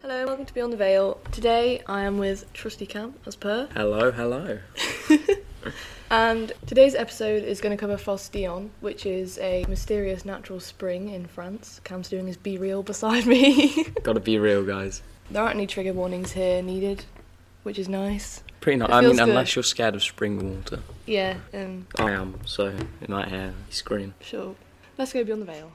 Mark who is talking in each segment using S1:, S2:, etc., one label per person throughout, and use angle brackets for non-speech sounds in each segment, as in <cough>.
S1: Hello, and welcome to Beyond the Veil. Today I am with Trusty Cam, as per,
S2: Hello, hello.
S1: and today's episode is going to cover Fosse Dion, which is a mysterious natural spring in France. Cam's doing his B reel beside <laughs> me.
S2: Gotta be real, guys.
S1: there aren't any trigger warnings here needed, which is nice.
S2: Pretty nice.
S1: It
S2: I mean,
S1: feels
S2: unless
S1: good.
S2: you're scared of spring water.
S1: Yeah, um,
S2: I am, so you might hear me scream.
S1: sure. Let's go Beyond the Veil.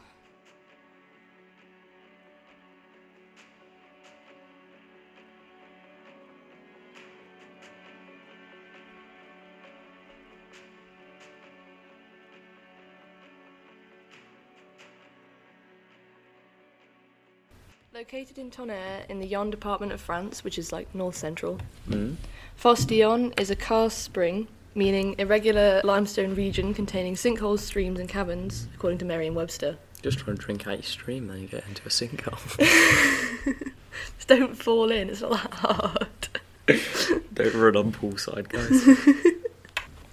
S1: Located in Tonnerre in the Yonne department of France, which is like north central,
S2: Mm.
S1: Fosse Dion is a karst spring, meaning irregular limestone region containing sinkholes, streams, and caverns, according to Merriam Webster.
S2: Just try and drink out your stream, then you get into a <laughs> sinkhole.
S1: Just <laughs> don't fall in, it's not that hard.
S2: Don't run on poolside, <laughs> guys.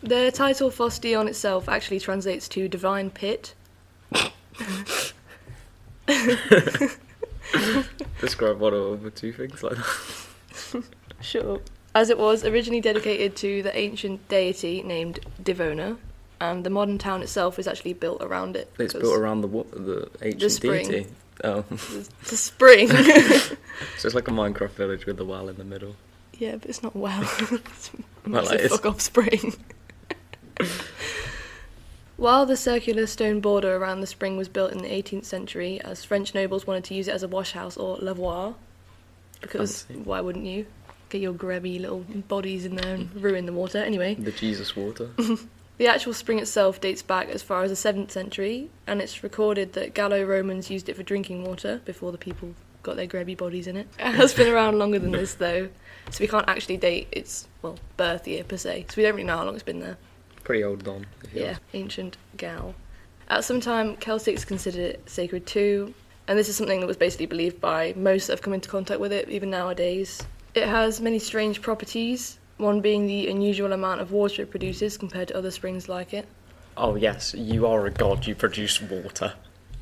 S1: The title Fosse Dion itself actually translates to divine pit.
S2: Describe one or two things like that.
S1: Sure. As it was originally dedicated to the ancient deity named Divona, and the modern town itself is actually built around it.
S2: It's
S1: 'cause
S2: built around the wa- the ancient
S1: spring.
S2: deity. Oh, <laughs>
S1: It's a spring.
S2: so it's like a Minecraft village with a well in the middle.
S1: yeah, but it's not well. <laughs> it's a
S2: Well, it
S1: massive
S2: is.
S1: fuck off
S2: <laughs>
S1: spring. While the circular stone border around the spring was built in the 18th century, as French nobles wanted to use it as a wash house or lavoir, because
S2: Fancy.
S1: why wouldn't you? Get your grubby little bodies in there and ruin the water. Anyway,
S2: The Jesus
S1: <laughs>
S2: water.
S1: the actual spring itself dates back as far as the 7th century, and it's recorded that Gallo Romans used it for drinking water before the people got their grabby bodies in it. It has been around longer than this, though, so we can't actually date its, well, birth year per se, so we don't really know how long it's been there.
S2: Pretty old Don. if you
S1: Yeah,
S2: ask.
S1: ancient Gal. At some time, Celtics considered it sacred too, and this is something that was basically believed by most that have come into contact with it, even nowadays. It has many strange properties, one being the unusual amount of water it produces compared to other springs like it.
S2: Oh yes, you are a god. You produce water.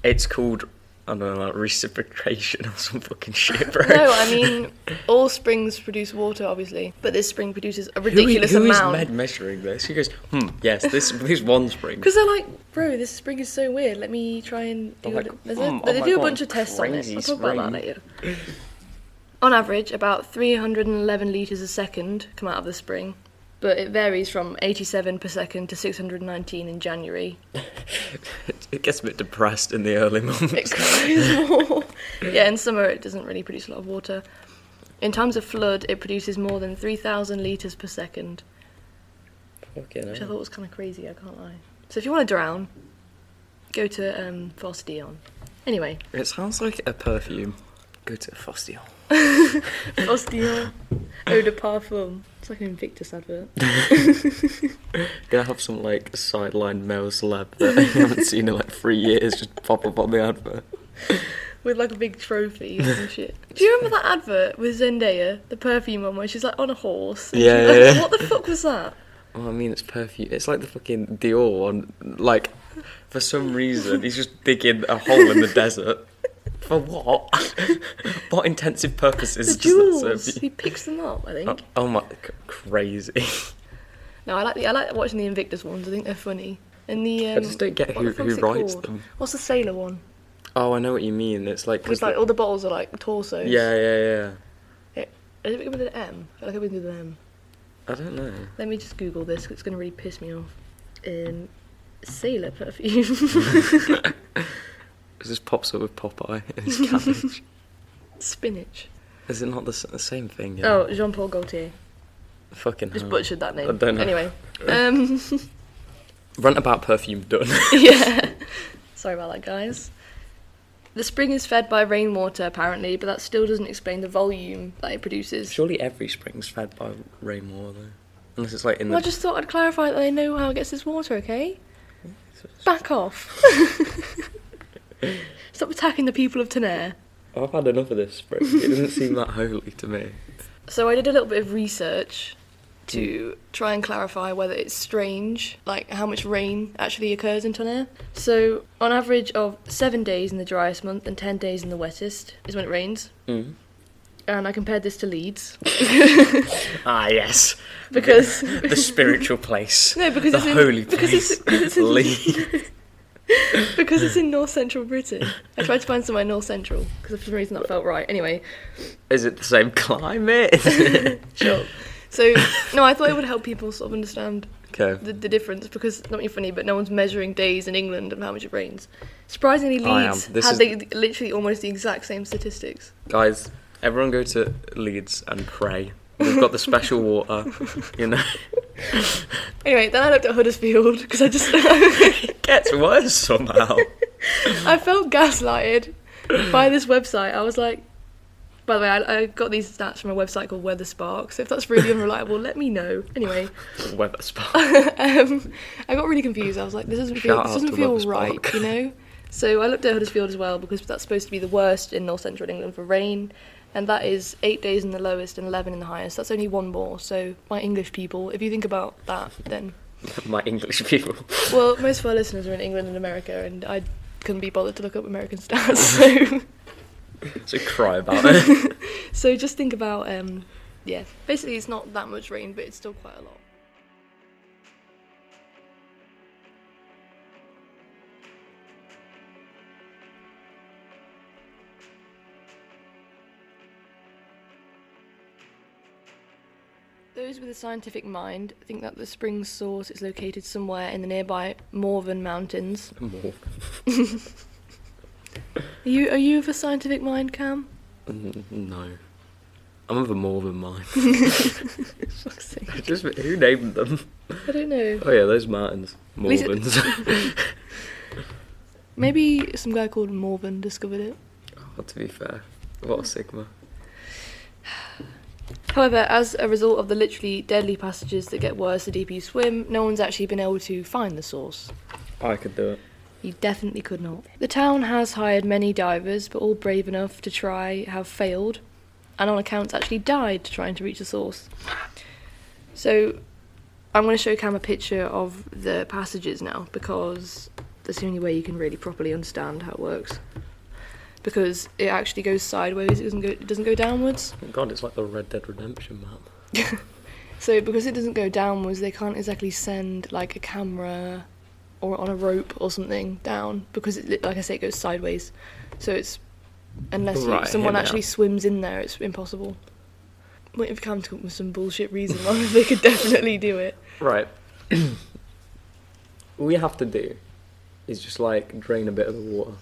S2: It's called I don't know, like reciprocation or some fucking shit, bro.
S1: <laughs> No, I mean,
S2: <laughs>
S1: all springs produce water, obviously, but this spring produces a ridiculous
S2: who, who is
S1: amount.
S2: Med measuring this? He goes, hmm, yes, this this
S1: <laughs>
S2: one spring.
S1: Because they're like, bro, this spring is so weird. Let me try and do
S2: I'm
S1: it.
S2: like,
S1: There's
S2: mm,
S1: a, they
S2: oh
S1: do a
S2: my God,
S1: bunch of tests on it.
S2: crazy
S1: I'll talk about that
S2: spring.
S1: later. on average, about 311 litres a second come out of the spring, but it varies from 87 per second to 619 in
S2: <laughs>
S1: January.
S2: <laughs> It gets a bit depressed in the early
S1: It <laughs>
S2: <laughs> months.
S1: cries more. <laughs> yeah, in summer it doesn't really produce a lot of water. In times of flood, it produces more than 3,000 litres per second,
S2: Fucking
S1: which I
S2: hell.
S1: thought was kind of crazy, I can't lie. So if you want to drown, go to um, Fosse Dion.
S2: <laughs>
S1: Anyway.
S2: It sounds like a perfume. Go to Fossil.
S1: Ostia. Eau de parfum. It's like an Invictus advert.
S2: Gonna have some like sideline male celeb that <laughs> I haven't seen in like three years just pop up on the advert.
S1: With like a big trophy and
S2: <laughs>
S1: shit. Do you remember that advert with Zendaya, the perfume one, where she's like on a horse? and
S2: Yeah,
S1: she's like,
S2: yeah, yeah.
S1: What the fuck was
S2: <laughs>
S1: that?
S2: Oh, I mean, it's perfume. It's like the fucking Dior one. Like, for some reason, he's just digging a hole in the desert. For what? <laughs> what intensive purposes
S1: the
S2: does that
S1: jewels.
S2: serve you?
S1: He picks them up, I think.
S2: Oh, oh my, c- crazy. <laughs>
S1: No, I like the, I like watching the Invictus ones. I think they're funny. And the um,
S2: I just don't get
S1: what
S2: who,
S1: the fuck's
S2: who
S1: it
S2: writes
S1: called?
S2: them.
S1: What's the sailor one?
S2: Oh, I know what you mean. It's like, 'cause
S1: Because like all the bottles are like torsos.
S2: the- yeah, yeah, yeah.
S1: Is it begin with an M? I feel like it begins with an M.
S2: I don't know.
S1: Let me just Google this. 'cause It's gonna really piss me off. Um, sailor perfume. <laughs>
S2: 'Cause this pops up with Popeye
S1: <laughs>
S2: and his cabbage.
S1: Spinach.
S2: Is it not the, s- the same thing? Yeah?
S1: Oh, Jean Paul Gaultier.
S2: fucking
S1: Just
S2: hell.
S1: butchered that name.
S2: I don't know.
S1: Anyway,
S2: <laughs>
S1: um, <laughs>
S2: Rant about perfume done. <laughs>
S1: yeah. Sorry about that, guys. The spring is fed by rainwater, apparently, but that still doesn't explain the volume that it produces.
S2: Surely every spring's fed by rainwater, though. Unless it's like in
S1: Well, I
S2: the.
S1: just thought I'd clarify that they know how it gets this water, okay? Back off. <laughs> Stop attacking the people of Tanair.
S2: Oh, I've had enough of this spring. It doesn't seem that holy to me.
S1: So I did a little bit of research to try and clarify whether it's strange, like how much rain actually occurs in Tonnerre. So on average of seven days in the driest month and ten days in the wettest is when it rains.
S2: Mm.
S1: and I compared this to
S2: <laughs>
S1: Leeds
S2: Ah, yes.
S1: because
S2: The spiritual
S1: <laughs>
S2: place.
S1: no, because
S2: the
S1: it's in,
S2: holy
S1: because it's,
S2: place.
S1: because it's
S2: <laughs>
S1: in
S2: Leeds.
S1: <laughs> because it's in North Central Britain. I tried to find somewhere North Central because for some reason that felt right. Anyway,
S2: Is it the same climate?
S1: <laughs> sure. So no, I thought it would help people sort of understand
S2: okay.
S1: the, the difference because it's not really funny, but no one's measuring days in England and how much it rains. Surprisingly,
S2: I am.
S1: Leeds
S2: This
S1: had
S2: is-
S1: the, literally almost the exact same statistics.
S2: Guys, everyone go to Leeds and pray. We've got the special water,
S1: <laughs>
S2: you know.
S1: Anyway, then I looked at Huddersfield because I just
S2: <laughs>
S1: <laughs>
S2: It gets worse somehow.
S1: I felt gaslighted by this website. I was like, by the way, I, I got these stats from a website called Weather Spark. So if that's really unreliable, let me know. Anyway,
S2: Weather
S1: <laughs>
S2: spot.
S1: um, I got really confused. I was like, this doesn't feel,
S2: Shout
S1: this
S2: out
S1: doesn't
S2: to
S1: feel
S2: Weather
S1: right,
S2: Spark.
S1: you <laughs> know? So I looked at Huddersfield as well because that's supposed to be the worst in north central England for rain. And that is eight days in the lowest and 11 in the highest. That's only one more. So, my English people, if you think about that, then.
S2: My English people.
S1: Well, most of our listeners are in England and America, and I couldn't be bothered to look up American stats. <laughs> So,
S2: So cry about
S1: <laughs>
S2: it.
S1: So just think about, um, yeah, basically it's not that much rain, but it's still quite a lot. Those with a scientific mind think that the spring's source is located somewhere in the nearby Morven Mountains.
S2: More.
S1: Are you are you of a scientific mind, Cam?
S2: Mm, No. I'm of a more than mine.
S1: Fuck's sake.
S2: Just, who named them?
S1: I don't know.
S2: Oh yeah, those mountains.
S1: least it-
S2: Morvans. <laughs>
S1: Maybe some guy called Morven discovered it.
S2: Well, Oh, to be fair, what a Sigma.
S1: However, as a result of the literally deadly passages that get worse the deeper you swim, no one's actually been able to find the source.
S2: I could do it.
S1: You definitely could not. The town has hired many divers, but all brave enough to try have failed, and on accounts actually died trying to reach the source. So, I'm going to show Cam a picture of the passages now because that's the only way you can really properly understand how it works. Because it actually goes sideways; it doesn't go, it doesn't go downwards.
S2: Oh, God, it's like the Red Dead Redemption map.
S1: So because it doesn't go downwards, they can't exactly send like a camera or on a rope or something down because, it, li- like I say, it goes sideways. So it's unless you-
S2: Right,
S1: someone
S2: here we
S1: actually
S2: are.
S1: swims in there, it's impossible. What if Cam come up with some bullshit reason why <laughs> they could definitely do it?
S2: Right. <clears throat> All you have to do is just like drain a bit of
S1: <laughs>
S2: the water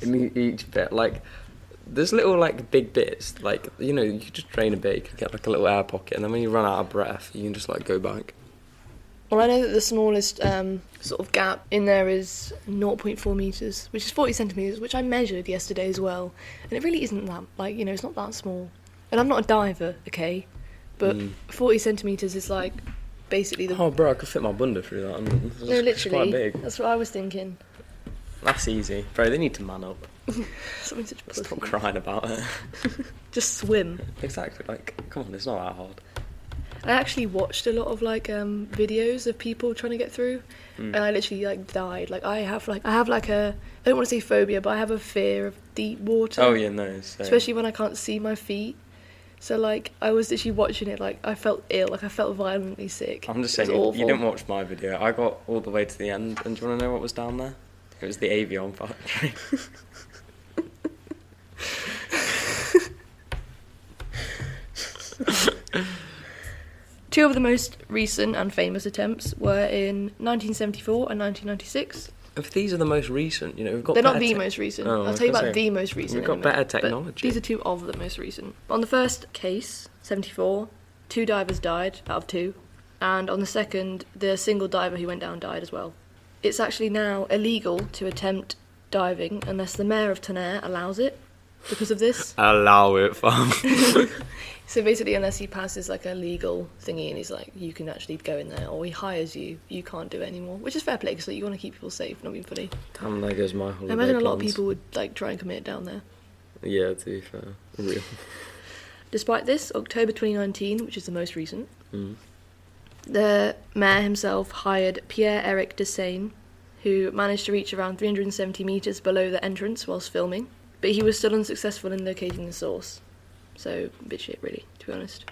S2: in e- each bit. Like there's little like big bits. Like you know, you could just drain a bit. You could get like a little air pocket, and then when you run out of breath, you can just like go back.
S1: Well, I know that the smallest um, sort of gap in there is 0.4 meters, which is 40 centimeters, which I measured yesterday as well, and it really isn't that like you know it's not that small. And I'm not a diver, okay, but
S2: Mm.
S1: 40 centimeters is like basically the
S2: Oh, bro, I could fit my bunda through that. I mean, it's
S1: no,
S2: just- it's
S1: literally.
S2: quite big.
S1: That's what I was thinking.
S2: That's easy, bro. They need to man up.
S1: Something such pussy.
S2: Stop crying about it. <laughs>
S1: Just swim.
S2: exactly. Like, come on, it's not that hard.
S1: I actually watched a lot of like um, videos of people trying to get through,
S2: Hmm.
S1: and I literally like died. Like I have like I have like a I don't want to say phobia, but I have a fear of deep water.
S2: Oh yeah, no. So.
S1: especially when I can't see my feet. So like I was literally watching it, like I felt ill, like I felt violently sick.
S2: I'm just
S1: It was
S2: saying, you,
S1: awful.
S2: you didn't watch my video. I got all the way to the end, and do you want to know what was down there? It was the Avion <laughs> factory.
S1: Two of the most recent and famous attempts were in 1974 and 1996.
S2: if these are the most recent, you know, we've got.
S1: They're not
S2: better
S1: the
S2: te-
S1: most recent.
S2: Oh, I
S1: I'll
S2: was
S1: tell you
S2: gonna
S1: about
S2: say,
S1: the most recent.
S2: we've got
S1: in a minute,
S2: better
S1: but
S2: technology.
S1: These are two of the most recent. On the first case, 74, two divers died out of two, and on the second, the single diver who went down died as well. It's actually now illegal to attempt diving unless the mayor of Tonnerre allows it because of
S2: <laughs>
S1: this.
S2: Allow it, fam.
S1: So basically, unless he passes like a legal thingy and he's like, you can actually go in there, or he hires you, you can't do it anymore, which is fair play because like, you want to keep people safe, not being funny.
S2: <laughs> Damn, there goes my holiday.
S1: I imagine a lot of
S2: plans.
S1: people would like try and commit down there.
S2: Yeah, to be fair, real.
S1: Despite this, October 2019, which is the most recent,
S2: Mm.
S1: the mayor himself hired Pierre Eric Dessain, who managed to reach around 370 metres below the entrance whilst filming. but he was still unsuccessful in locating the source. So, bit shit, really, to be honest.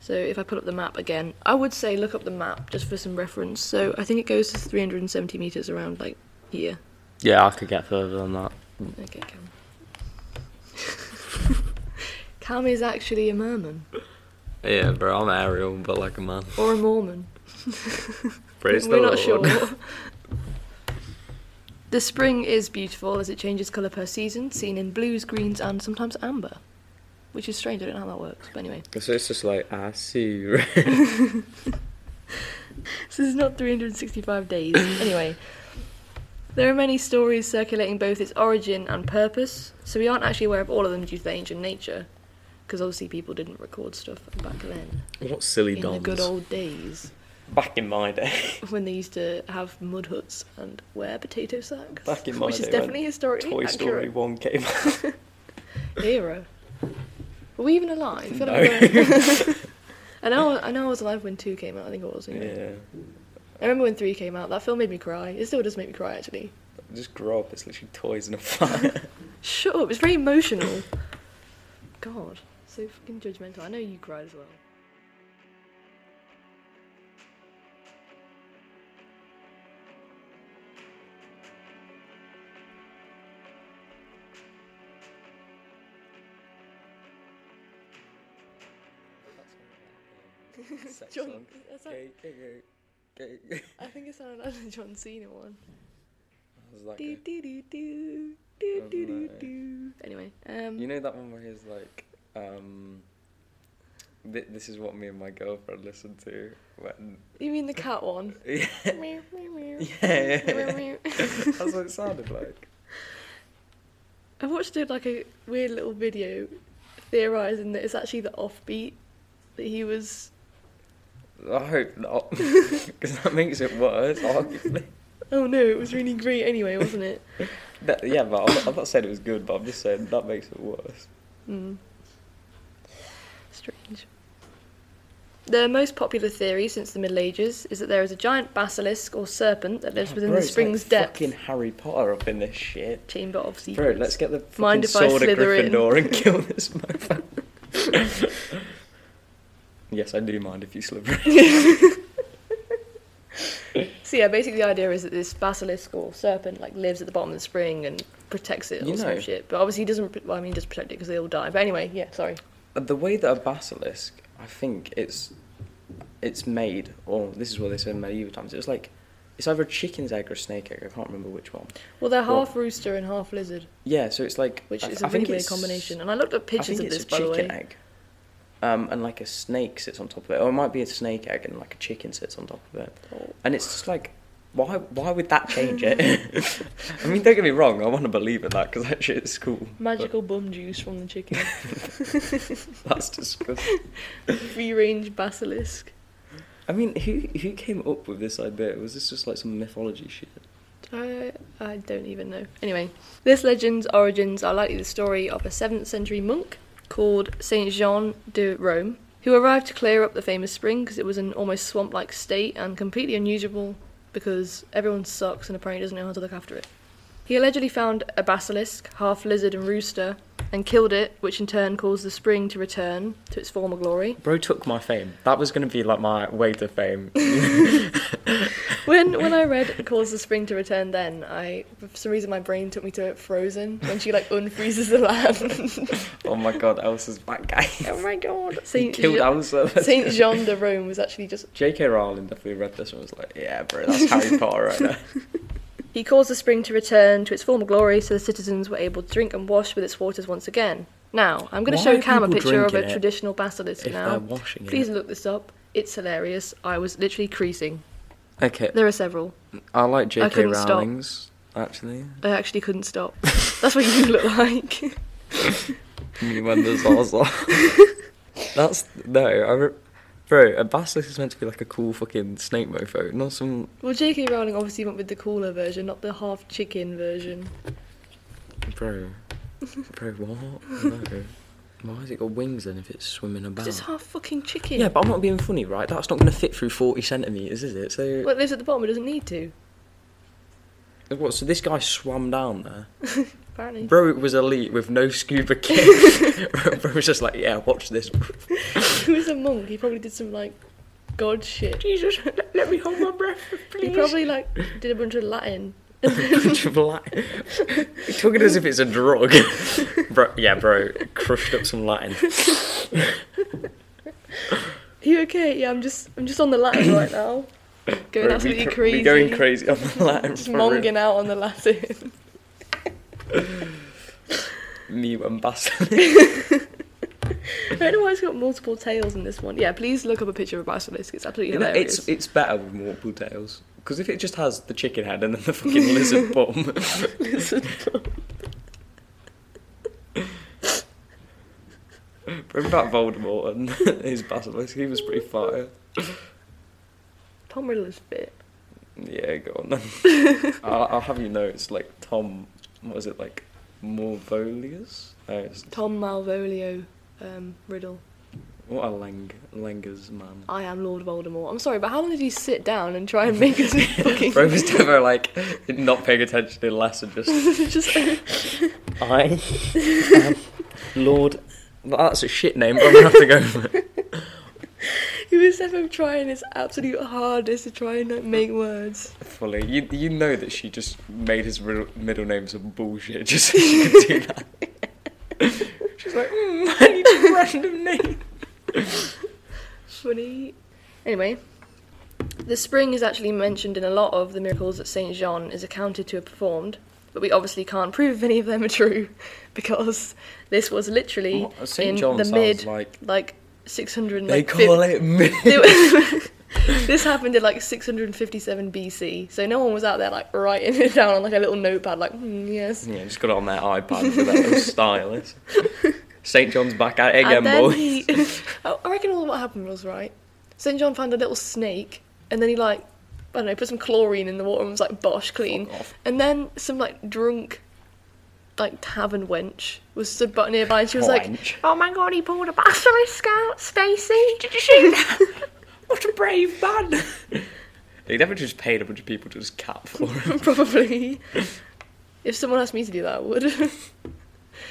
S1: So, if I put up the map again, I would say look up the map just for some reference. So, I think it goes to 370 metres around, like, here.
S2: Yeah, I could get further than that.
S1: Okay, Cam. <laughs> Cam is actually a merman.
S2: Yeah, bro, I'm aerial, but like a man.
S1: Or a Mormon.
S2: Praise
S1: We're
S2: the
S1: not <laughs>
S2: Lord.
S1: sure. the spring is beautiful as it changes colour per season, seen in blues, greens, and sometimes amber. Which is strange, I don't know how that works, but anyway.
S2: <laughs> So it's just like I see. you." <laughs>
S1: So <laughs> this is not 365 <coughs> days. anyway, there are many stories circulating both its origin and purpose, so we aren't actually aware of all of them due to their ancient nature, because obviously people didn't record stuff back then,
S2: What silly
S1: in the
S2: dons?
S1: good old days. <laughs>
S2: Back in my day.
S1: when they used to have mud huts and wear potato sacks.
S2: Back <laughs> in my
S1: which is
S2: day when
S1: definitely historically
S2: Toy Story
S1: accurate.
S2: 1 came out.
S1: era. Were we even alive? I feel
S2: No.
S1: like we
S2: <laughs>
S1: weren't. I know. I know. I was alive when two came out. I think it was. anyway.
S2: Yeah.
S1: I remember when three came out. That film made me cry. It still does make me cry, actually.
S2: Just grow up, it's literally toys and
S1: <laughs>
S2: a fire.
S1: Shut up. It's very emotional. God, so fucking judgmental. I know you cried as well. John, that's like- <laughs> I think it sounded like the John Cena one. Do, do, do, do, do,
S2: Oh,
S1: do, do,
S2: no.
S1: do. Anyway, um,
S2: You know that one where he's like, um, thi- this is what me and my girlfriend listened to when. <laughs>
S1: you mean the cat one?
S2: yeah,
S1: <laughs> Meow, meow, meow.
S2: yeah,
S1: Meow,
S2: yeah.
S1: meow.
S2: That's what it sounded like.
S1: I watched it like a weird little video theorising that it's actually the offbeat that he was.
S2: I hope not, <laughs> because that makes it worse, arguably.
S1: Oh no, it was really great anyway, wasn't
S2: <laughs>
S1: it?
S2: That- yeah, but I'm, I'm not saying it was good, but I'm just saying that makes it worse.
S1: Hmm. Strange. The most popular theory since the Middle Ages is that there is a giant basilisk or serpent that lives
S2: Oh,
S1: within
S2: bro,
S1: the
S2: it's
S1: spring's
S2: like
S1: depth
S2: Fucking Harry Potter up in this shit.
S1: chamber of
S2: Bro,
S1: secrets.
S2: let's get the
S1: Mind
S2: fucking
S1: if I
S2: sword of
S1: slither in?
S2: Gryffindor and kill this motherfucker. <laughs> yes, I do mind if you slither. in.
S1: So yeah, basically the idea is that this basilisk or serpent like lives at the bottom of the spring and protects it or
S2: You
S1: some
S2: know.
S1: shit. But obviously he doesn't. pr- Well, I mean, he does protect it because they all die. But anyway, yeah. Sorry.
S2: The way that a basilisk, I think it's it's made, or this is what they said in medieval times. It was like it's either a chicken's egg or a snake egg. I can't remember which one.
S1: Well, they're
S2: Well-
S1: half rooster and half lizard,
S2: Yeah, so it's like
S1: which
S2: I-
S1: is
S2: I
S1: a really
S2: think
S1: weird
S2: it's-
S1: combination. And I looked up
S2: I
S1: pictures
S2: think
S1: of this,
S2: it's
S1: by
S2: a
S1: the
S2: chicken
S1: way.
S2: egg. Um, and like a snake sits on top of it, or it might be a snake egg and like a chicken sits on top of it.
S1: Oh.
S2: And it's just like, why? Why would that
S1: <laughs>
S2: change it? <laughs> I mean, don't get me wrong. I want to believe in that because that shit is cool. <laughs>
S1: Magical bum juice from the chicken.
S2: That's disgusting.
S1: Free range basilisk.
S2: I mean, who who came up with this idea? Was this just like some mythology shit?
S1: I, I don't even know. Anyway, this legend's origins are likely the story of a 7th century monk called Saint Jean de Rome, who arrived to clear up the famous spring because it was in almost swamp like state and completely unusable because everyone sucks and apparently doesn't know how to look after it. He allegedly found a basilisk, half lizard and rooster, and killed it, which in turn caused the spring to return to its former glory.
S2: Bro took my fame. That was gonna be like my way to fame.
S1: when when I read "Cause the Spring to Return," then I for some reason my brain took me to Frozen when she like unfreezes the
S2: <laughs>
S1: land.
S2: oh my god, Elsa's back guy.
S1: oh my god!
S2: He
S1: Saint
S2: killed
S1: Jean,
S2: Elsa.
S1: Saint Jean de Rome was actually just
S2: J.K. Rowling definitely read this and was like, yeah,
S1: <laughs>
S2: bro, that's Harry Potter right there.
S1: He caused the spring to return to its former glory so the citizens were able to drink and wash with its waters once again. Now, I'm going to
S2: Why
S1: show
S2: are
S1: Cam a
S2: people
S1: picture of a
S2: drinking it
S1: traditional basilisk
S2: if
S1: now.
S2: they're washing it?
S1: Please look this up. It's hilarious. I was literally creasing.
S2: Okay,
S1: There are several.
S2: I like
S1: I
S2: J.K.
S1: couldn't stop.
S2: Rowling's actually.
S1: I actually couldn't stop. That's what you look <laughs> like.
S2: <laughs> Me when the
S1: <laughs>
S2: Zaza. That's no, I re- bro. A basilisk is meant to be like a cool fucking snake mofo, not some.
S1: well, J.K. Rowling obviously went with the cooler version, not the half chicken version.
S2: Bro, bro, what? No. Why has it got wings then if it's swimming about?
S1: Because it's half fucking chicken.
S2: Yeah, but I'm not being funny, right? That's not going to fit through 40 centimetres, is it? So,
S1: Well, it lives at the bottom, it doesn't need to.
S2: what? So this guy swam down there
S1: apparently. <laughs>
S2: Bro was elite with no scuba kit. Bro was just like, yeah, watch this. <laughs>
S1: he was a monk. He probably did some like god shit.
S2: Jesus, let me hold my breath,
S1: He
S2: <laughs>
S1: probably like did a bunch of Latin.
S2: He took it as if it's
S1: <laughs>
S2: a drug. bro, yeah, bro, crushed up some Latin.
S1: you okay? Yeah, I'm just I'm just on the Latin right
S2: <coughs>
S1: now. Going
S2: Bro,
S1: absolutely
S2: we, cr-
S1: crazy.
S2: we
S1: <laughs>
S2: going crazy on the Latin.
S1: Just
S2: for real.
S1: monging out on the Latin. <laughs>
S2: Me and Bass.
S1: I don't know why it's got multiple tails in this one. Yeah, please look up a picture of a basilisk. It's absolutely
S2: You know,
S1: hilarious.
S2: it's it's better with multiple tails because if it just has the chicken head and then the fucking lizard bum,
S1: Listen,
S2: bring back Voldemort and <laughs> his basilisk. He was pretty fire.
S1: Tom Riddler's fit.
S2: Yeah, go on. Then. I'll, I'll have you know it's like Tom. What is it like? Morvolius? No, it's,
S1: Tom Malvolio um, Riddle.
S2: what a lang langers
S1: <laughs>
S2: man.
S1: I am Lord Voldemort. I'm sorry, but how long did he sit down and try and make us <laughs> fucking
S2: Bro was never like not paying attention to less and
S1: <laughs>
S2: just
S1: just
S2: I am Lord. Well, that's a shit name, but I'm gonna have to go for it.
S1: he was ever trying his absolute hardest to try and like, make words.
S2: <laughs> Fully, you you know that she just made his riddle- middle name some bullshit just so she could do that. <laughs> She's like, mm, I need a random name.
S1: Funny. Anyway, the spring is actually mentioned in a lot of the miracles that Saint John is accounted to have performed, but we obviously can't prove if any of them are true <laughs> because this was literally
S2: What, Saint
S1: in
S2: John
S1: the
S2: sounds
S1: mid
S2: like-
S1: like 600
S2: They
S1: like, fif-
S2: call it me.
S1: <laughs> They were- this happened in like 657 BC, so no one was out there like writing it down on like a little notepad, like hmm, yes.
S2: <laughs> Yeah, just got it on their iPad with that little stylus. St. John's back at it again,
S1: and then
S2: boy. <laughs>
S1: he, <laughs> I I reckon all what happened was right. Saint John found a little snake, and then he like I don't know, put some chlorine in the water and was like bosh clean.
S2: Fuck off.
S1: And then some like drunk, like tavern wench was stood but nearby, and she was like,
S2: Wench.
S1: "Oh my god, he pulled a basilisk out, Spacey! Did you see <laughs> that?"
S2: What a brave man! They'd never just paid a bunch of people to just cap for
S1: <laughs>
S2: him.
S1: Probably. If someone asked me to do that, I would. <laughs> Have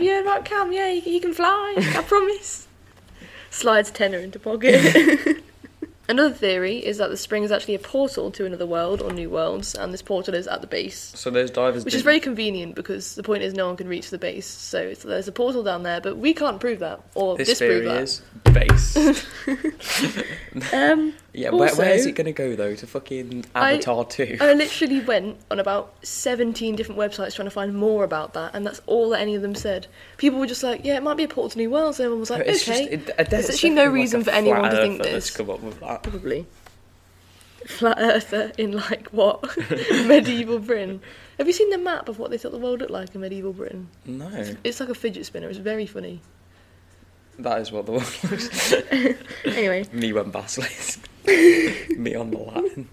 S1: you heard about Cam? Yeah, he, he can fly. I promise. <laughs> Slides tenner into pocket. <laughs> Another theory is that the spring is actually a portal to another world or new worlds, and this portal is at the base,
S2: So those divers
S1: which
S2: didn't,
S1: is very convenient because the point is no one can reach the base, so it's, there's a portal down there, but we can't prove that or
S2: this
S1: disprove
S2: theory
S1: that.
S2: is base.
S1: <laughs> Um,
S2: Yeah, where, where is
S1: Also-
S2: it gonna go though? To fucking
S1: I-
S2: Avatar two.
S1: <laughs> I literally went on about 17 different websites trying to find more about that, and that's all that any of them said. People were just like, yeah, it might be a portal to new worlds, and everyone was like,
S2: <laughs> It's
S1: okay.
S2: just, it, I
S1: There's
S2: it's
S1: actually no
S2: definitely like
S1: reason
S2: a
S1: for anyone
S2: flat
S1: to think
S2: earther that's
S1: this.
S2: Come up with that.
S1: Probably. Flat Earther in like
S2: <laughs>
S1: what? medieval Britain. Have you seen the map of what they thought the world looked like in medieval Britain?
S2: No,
S1: It's like a fidget spinner, it's very funny.
S2: that is what the world looks.
S1: Anyway,
S2: <laughs> Me
S1: <laughs>
S2: when basilisk. Me on the Latin.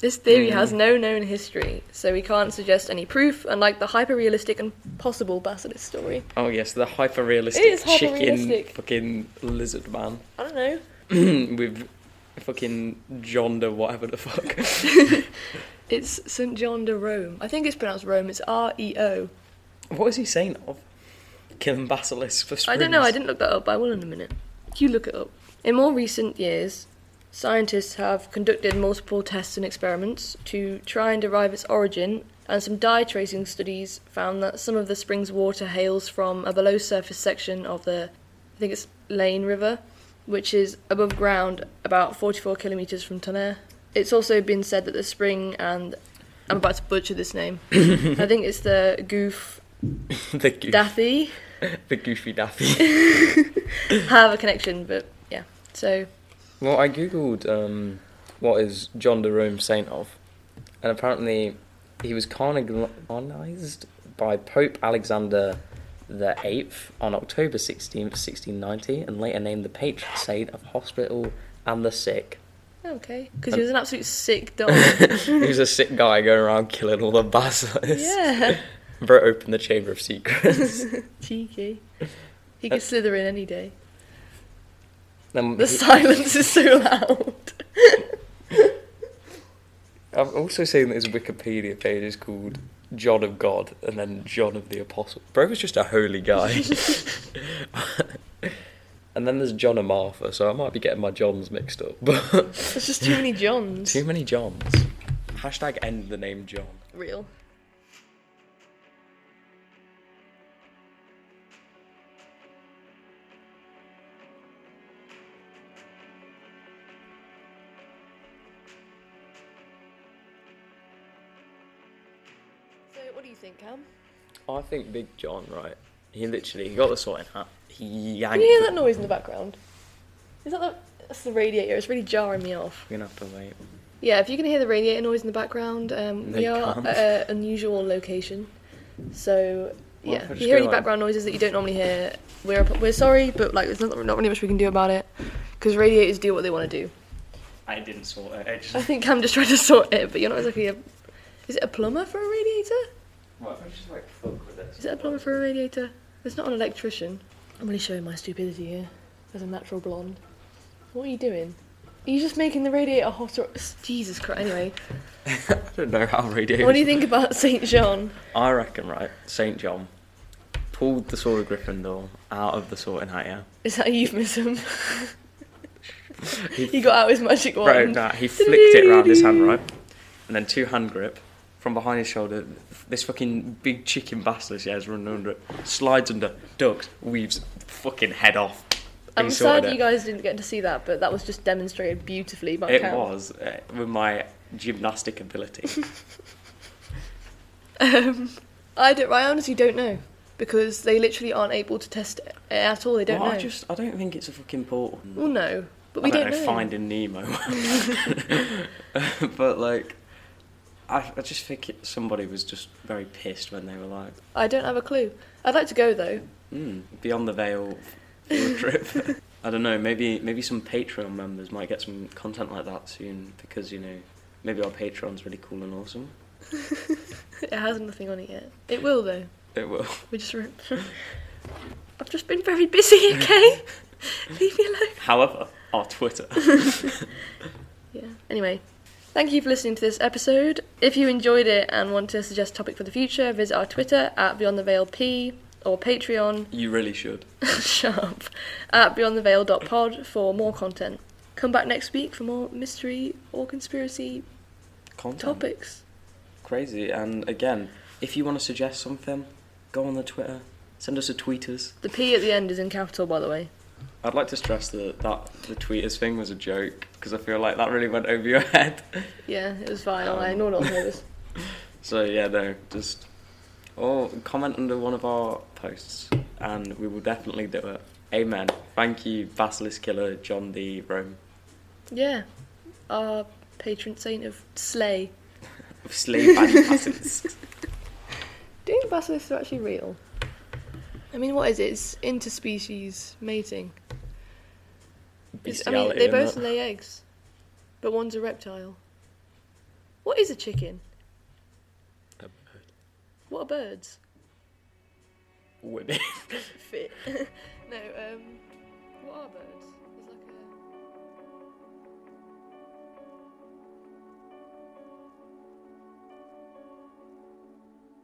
S1: this theory has
S2: Mm.
S1: no known history, so we can't suggest any proof, unlike the hyper realistic and possible basilisk story.
S2: Oh yes, the
S1: It
S2: hyper
S1: is
S2: realistic chicken
S1: hyper-realistic.
S2: fucking lizard man <clears throat>
S1: I don't know.
S2: with fucking Jonda whatever the fuck. <laughs>
S1: It's St. John de Rome. I think it's pronounced Rome. It's R E O.
S2: what is he saying of? Killing basilisk for
S1: I don't know. I
S2: shrooms.
S1: didn't look that up. I will in a minute. You look it up. In more recent years, scientists have conducted multiple tests and experiments to try and derive its origin, and some dye tracing studies found that some of the spring's water hails from a below surface section of the, I think it's Lane River, which is above ground about 44 kilometres from Tonnerre. It's also been said that the spring and I'm about to butcher this name. I think it's the Goof
S2: <laughs> the, goof,
S1: Daffy
S2: the goofy daffy.
S1: have a connection, but yeah. So
S2: well, I googled um, what is John de Rome saint of, and apparently he was canonized by Pope Alexander the Eighth on October 16th, 1690, and later named the patron saint of hospital and
S1: <laughs>
S2: the sick.
S1: okay, because he was an absolute sick dog.
S2: he was a sick guy going around killing all the basilisks.
S1: yeah,
S2: <laughs> Bro opened the chamber of secrets.
S1: cheeky. He could slither in any day.
S2: Then
S1: <laughs> The
S2: he-
S1: silence is so loud.
S2: I've also seen that his Wikipedia page is called John of God and then John of the Apostle. Bro was just a holy <laughs> guy. and then there's John of Martha, so I might be getting my Johns mixed up. But
S1: There's just too many Johns.
S2: <laughs> too many Johns. Hashtag end the name John.
S1: Real. So, what do you think, Cam?
S2: I think Big John, right? He literally he got the sorting hat. He yanked.
S1: Can you hear that noise in the background? Is that the? That's the radiator. It's really jarring me off.
S2: We're gonna have to wait.
S1: Yeah, if you can hear the radiator noise in the background, um,
S2: No,
S1: we
S2: you
S1: are
S2: can't.
S1: at an unusual location. So,
S2: Well,
S1: yeah,
S2: if I
S1: if
S2: just
S1: you hear
S2: go
S1: any
S2: like-
S1: background noises that you don't normally hear, we're, ap- we're sorry, but like there's not, not really much we can do about it because radiators do what they want to <laughs> do.
S3: I didn't sort it. I just,
S1: I think Cam just tried to sort it, but you're not exactly a. Is it a plumber for a radiator?
S3: well, I just like fuck with this.
S1: Is it a plumber for a radiator? It's not an electrician. I'm really showing my stupidity here as a natural blonde. What are you doing? Are you just making the radiator hotter? Jesus Christ, anyway.
S2: <laughs> I don't know how radio.
S1: What do you think about St. John?
S2: I reckon, right? Saint John pulled the sword of Gryffindor out of the sorting hat. Yeah.
S1: Is that a
S2: <laughs>
S1: euphemism? he got out his magic wand.
S2: Bro, nah, he flicked it round his hand, right? And then two hand grip from behind his shoulder. This fucking big chicken bastard, yeah, is running under it. Slides under, ducks, weaves, fucking head off.
S1: I'm
S2: He
S1: sad
S2: sorted
S1: you
S2: it.
S1: guys didn't get to see that, but that was just demonstrated beautifully by
S2: It
S1: Cam.
S2: was uh, with my gymnastic ability.
S1: <laughs> Um, I don't. I honestly don't know because they literally aren't able to test it at all. They don't
S2: Well,
S1: know.
S2: I just, I don't think it's a fucking portal.
S1: Well, no, but we
S2: I don't, know,
S1: know.
S2: Finding Nemo.
S1: <laughs>
S2: <laughs> but like, I, I just think it, somebody was just very pissed when they were like,
S1: I don't have a clue. I'd like to go though.
S2: mm, "Beyond the Veil
S1: <laughs>
S2: field trip." I don't know. Maybe maybe some Patreon members might get some content like that soon because you know maybe our Patreon's really cool and awesome.
S1: It has nothing on it yet. It will though. <laughs>
S2: It will.
S1: We just. Re- I've just been very busy. Okay, leave me alone.
S2: However, our Twitter.
S1: Yeah. Anyway, thank you for listening to this episode. If you enjoyed it and want to suggest a topic for the future, visit our Twitter at Beyond the Veil P or Patreon <laughs>
S2: you really should.
S1: sharp at beyondtheveil.pod for more content. Come back next week for more mystery or conspiracy
S2: Content.
S1: topics.
S2: Crazy. And again, if you want to suggest something, go on the Twitter. Send us a tweeters.
S1: The P at the end is in capital, by the way.
S2: I'd like to stress that that the tweeters thing was a joke because I feel like that really went over your <laughs> head.
S1: Yeah, it was fine. I
S2: Um.
S1: ignored it on purpose.
S2: So yeah, no, just or comment under one of our posts, and we will definitely do it. Amen. Thank you, Basilisk Killer John D. Rome.
S1: Yeah, our patron saint of sleigh. <laughs>
S2: Slave and Basilisks.
S1: Do you think basilisks are actually real? I mean, what is it? It's interspecies mating. Is- I mean,
S2: Bestiality,
S1: they
S2: innit?
S1: both lay eggs, but one's a reptile. What is a chicken?
S2: A bird.
S1: What are birds?
S2: women.
S1: <laughs> Fit. no, um, what are birds?